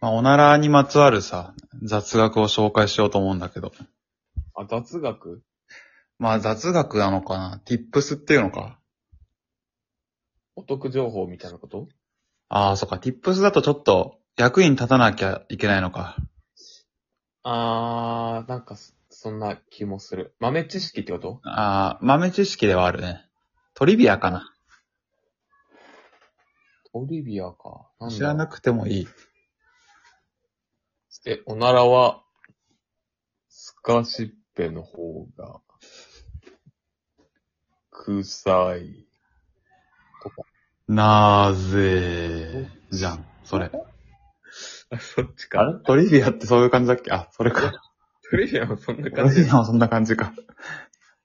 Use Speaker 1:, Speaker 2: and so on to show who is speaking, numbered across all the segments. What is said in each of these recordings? Speaker 1: まあ、おならにまつわるさ、雑学を紹介しようと思うんだけど。
Speaker 2: あ、雑学
Speaker 1: まあ、雑学なのかな ?tips っていうのか
Speaker 2: お得情報みたいなこと
Speaker 1: ああ、そっか。tips だとちょっと役に立たなきゃいけないのか。
Speaker 2: あー、なんかそ、そんな気もする。豆知識ってこと
Speaker 1: ああ、豆知識ではあるね。トリビアかな
Speaker 2: オリビアか。なんだ
Speaker 1: 知らなくてもいい。
Speaker 2: え、おならは、スカシッペの方が、臭い。
Speaker 1: なぜじゃん。それ。
Speaker 2: あ、そっち
Speaker 1: あれトリビアってそういう感じだっけあ、それか。
Speaker 2: トリビアもそんな
Speaker 1: ト
Speaker 2: 感
Speaker 1: リ
Speaker 2: じ
Speaker 1: ビ。アもそんな感じか。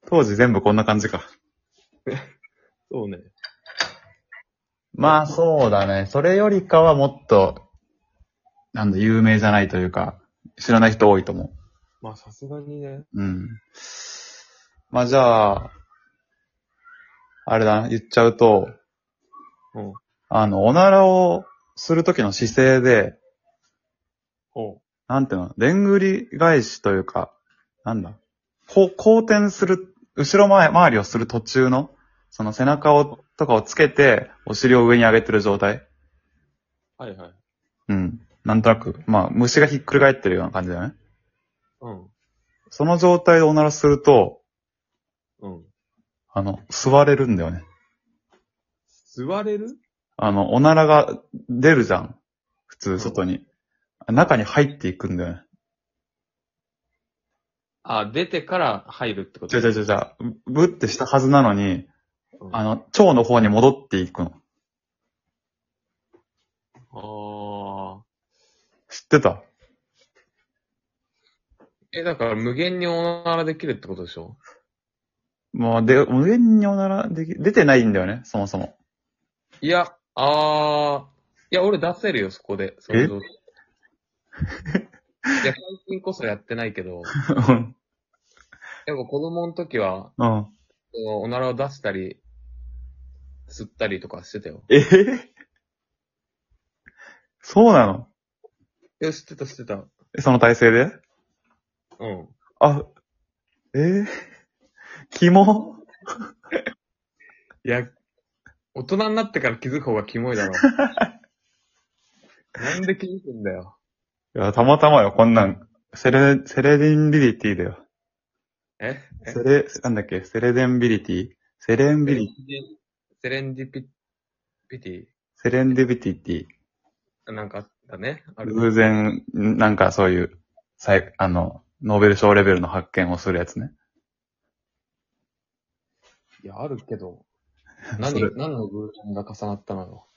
Speaker 1: 当時全部こんな感じか。
Speaker 2: そうね。
Speaker 1: まあそうだね。それよりかはもっと、なんだ、有名じゃないというか、知らない人多いと思
Speaker 2: まあ、さすがにね。
Speaker 1: う。うん。まあじゃあ、あれだな、言っちゃうと、
Speaker 2: うん。
Speaker 1: あの、おならをするときの姿勢で、
Speaker 2: ほう。
Speaker 1: なんていうの、でんぐり返しというか、なんだ、こう、後転する、後ろ前、回りをする途中の、その背中を、とかをつけて、お尻を上に上げてる状態。
Speaker 2: はいはい。
Speaker 1: うん。なんとなく、まあ、虫がひっくり返ってるような感じだよね。
Speaker 2: うん。
Speaker 1: その状態でおならすると、
Speaker 2: うん。
Speaker 1: あの、座れるんだよね。
Speaker 2: 座れる
Speaker 1: あの、おならが出るじゃん。普通、
Speaker 2: ん
Speaker 1: 外に。中に入っていくんだよね。
Speaker 2: あ、出てから入るってこ
Speaker 1: じ
Speaker 2: と
Speaker 1: ゃじゃじゃじゃ、ぶってしたはずなのに、
Speaker 2: うん
Speaker 1: あの、腸の方に戻っていくの。
Speaker 2: ああ。
Speaker 1: 知ってた
Speaker 2: え、だから無限におならできるってことでしょ
Speaker 1: もう、で、無限におならでき、出てないんだよね、そもそも。
Speaker 2: いや、あー。いや、俺出せるよ、そこで。その状態いや、最近こそやってないけど、
Speaker 1: うん。
Speaker 2: やっぱ子供の時は、
Speaker 1: うん。
Speaker 2: そのおならを出したり、吸ったりとかしてたよ。
Speaker 1: ええそうなの
Speaker 2: いや、知ってた、知ってた。
Speaker 1: その体勢で
Speaker 2: うん。
Speaker 1: あ、ええ キモ
Speaker 2: いや、大人になってから気づく方がキモい だろ。なんで気づくんだよ。
Speaker 1: いや、たまたまよ、こんなん。セレ、セレディンビリティだよ。
Speaker 2: ええ
Speaker 1: セレ、なんだっけ、セレデンビリティセレンビリ、
Speaker 2: セレンディピピテ
Speaker 1: セレンディビティって、
Speaker 2: ィ、なんかあったね。ある。
Speaker 1: 偶然、なんかそういう、さい、あの、ノーベル賞レベルの発見をするやつね。
Speaker 2: いや、ある けど。
Speaker 1: そ
Speaker 2: 何
Speaker 1: れ、
Speaker 2: 何の偶然が重なったのよ。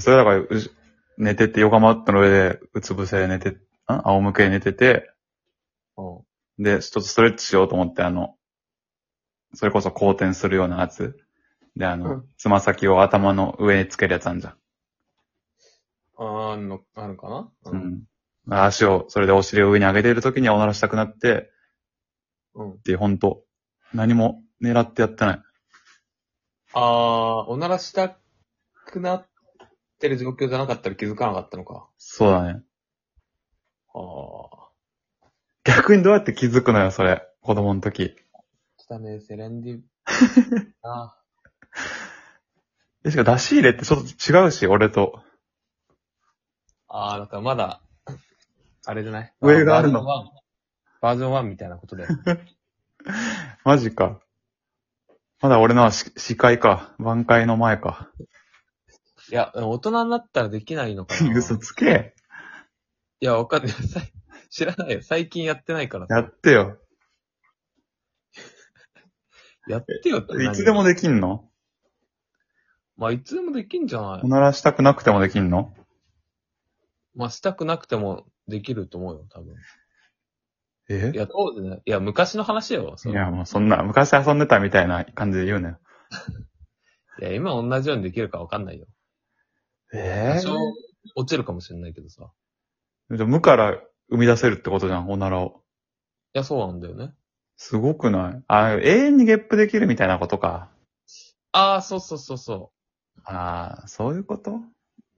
Speaker 1: それだから、うし寝てて、横マットの上で、うつ伏せで寝て、ん仰向けで寝てて、
Speaker 2: うん。
Speaker 1: で、ちょっとストレッチしようと思って、あの、それこそ後転するようなやつ。で、あの、
Speaker 2: うん
Speaker 1: つま先を頭の上につけるやつあんじゃん。
Speaker 2: あーの、あるかな
Speaker 1: う。ん。足を、それでお尻を上に上げているときにはおならしたくなって、
Speaker 2: うん。
Speaker 1: って、ほんと、何も狙ってやってない。
Speaker 2: あー、おならしたくなってる状況じゃなかったら気づかなかったのか。
Speaker 1: そうだね。
Speaker 2: あー、
Speaker 1: 逆にどうやって気づくのよ、それ。子供の時。
Speaker 2: 来たね、セレン ディ。あ
Speaker 1: でしかも出し入れってちょっと違うし、俺と。
Speaker 2: ー、あー、だからまだ、あれじゃない
Speaker 1: 上があるの
Speaker 2: バージョン1。バージョン1みたいなことで。
Speaker 1: マジか。まだ俺のはし視界か。挽回の前か。
Speaker 2: いや、でも大人になったらできないのか な。
Speaker 1: 嘘つけ。
Speaker 2: いや、わかんない。 さい知らないよ。最近やってないからさ。
Speaker 1: やってよ。
Speaker 2: やってよって何
Speaker 1: いつでも。できんの
Speaker 2: まあ、いつでもできんじゃない
Speaker 1: おならしたくなくてもできんの
Speaker 2: まあ、したくなくてもできると思うよ、多分。
Speaker 1: え
Speaker 2: いや、当時ね。いや、昔の話よ。
Speaker 1: い
Speaker 2: その
Speaker 1: や、もうそんな、昔遊んでたみたいな感じで言うなよ。
Speaker 2: いや、今同じようにできるかわかんないよ。多
Speaker 1: え
Speaker 2: 少落ちるかもしれないけどさ。
Speaker 1: じゃあ無から生み出せるってことじゃん、おならを。
Speaker 2: いや、そうなんだよね。
Speaker 1: すごくないあ、永遠にゲップできるみたいなことか。
Speaker 2: ああ、そうそうそうそ
Speaker 1: ああ、そういうこと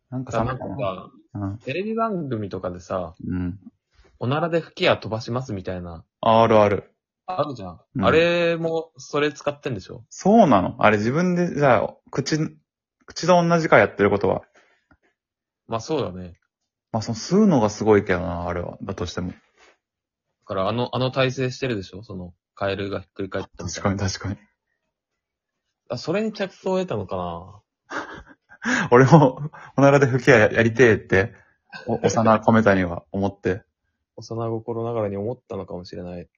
Speaker 1: なんか
Speaker 2: さ、な
Speaker 1: 寒い
Speaker 2: んか
Speaker 1: かな。う
Speaker 2: さ、
Speaker 1: ん。
Speaker 2: テレビ番組とかでさ、
Speaker 1: うん。
Speaker 2: おならで吹き矢飛ばしますみたいな、
Speaker 1: ああるある。
Speaker 2: あるじゃん。
Speaker 1: うん
Speaker 2: あれも、それ使ってんでしょ
Speaker 1: そうなのあれ自分で、じゃあ、口、口と同じかやってることは。
Speaker 2: まあそうだね。
Speaker 1: まあ、その吸うのがすごいけどな、あれは。だとしても。
Speaker 2: だから、あの、あの体勢してるでしょその、カエルがひっくり返ったみ
Speaker 1: 確
Speaker 2: たい
Speaker 1: か
Speaker 2: な。
Speaker 1: に確かに。
Speaker 2: あ、それに着想を得たのかな
Speaker 1: 俺も、 おならで吹き矢ややりてえって、お、幼込めたには思って。
Speaker 2: 幼心ながらに思ったのかもしれない。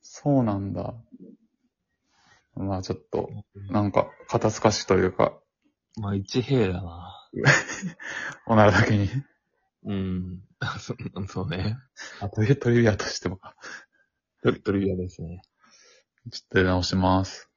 Speaker 1: そうなんだ。まあちょっと、なんか、肩透かしというか、
Speaker 2: まあ、一兵だな。
Speaker 1: おならだけに。
Speaker 2: うん。 そそうね。
Speaker 1: あ、というトリビアとしても、
Speaker 2: トリトリビアですね。
Speaker 1: ちょっと出直します。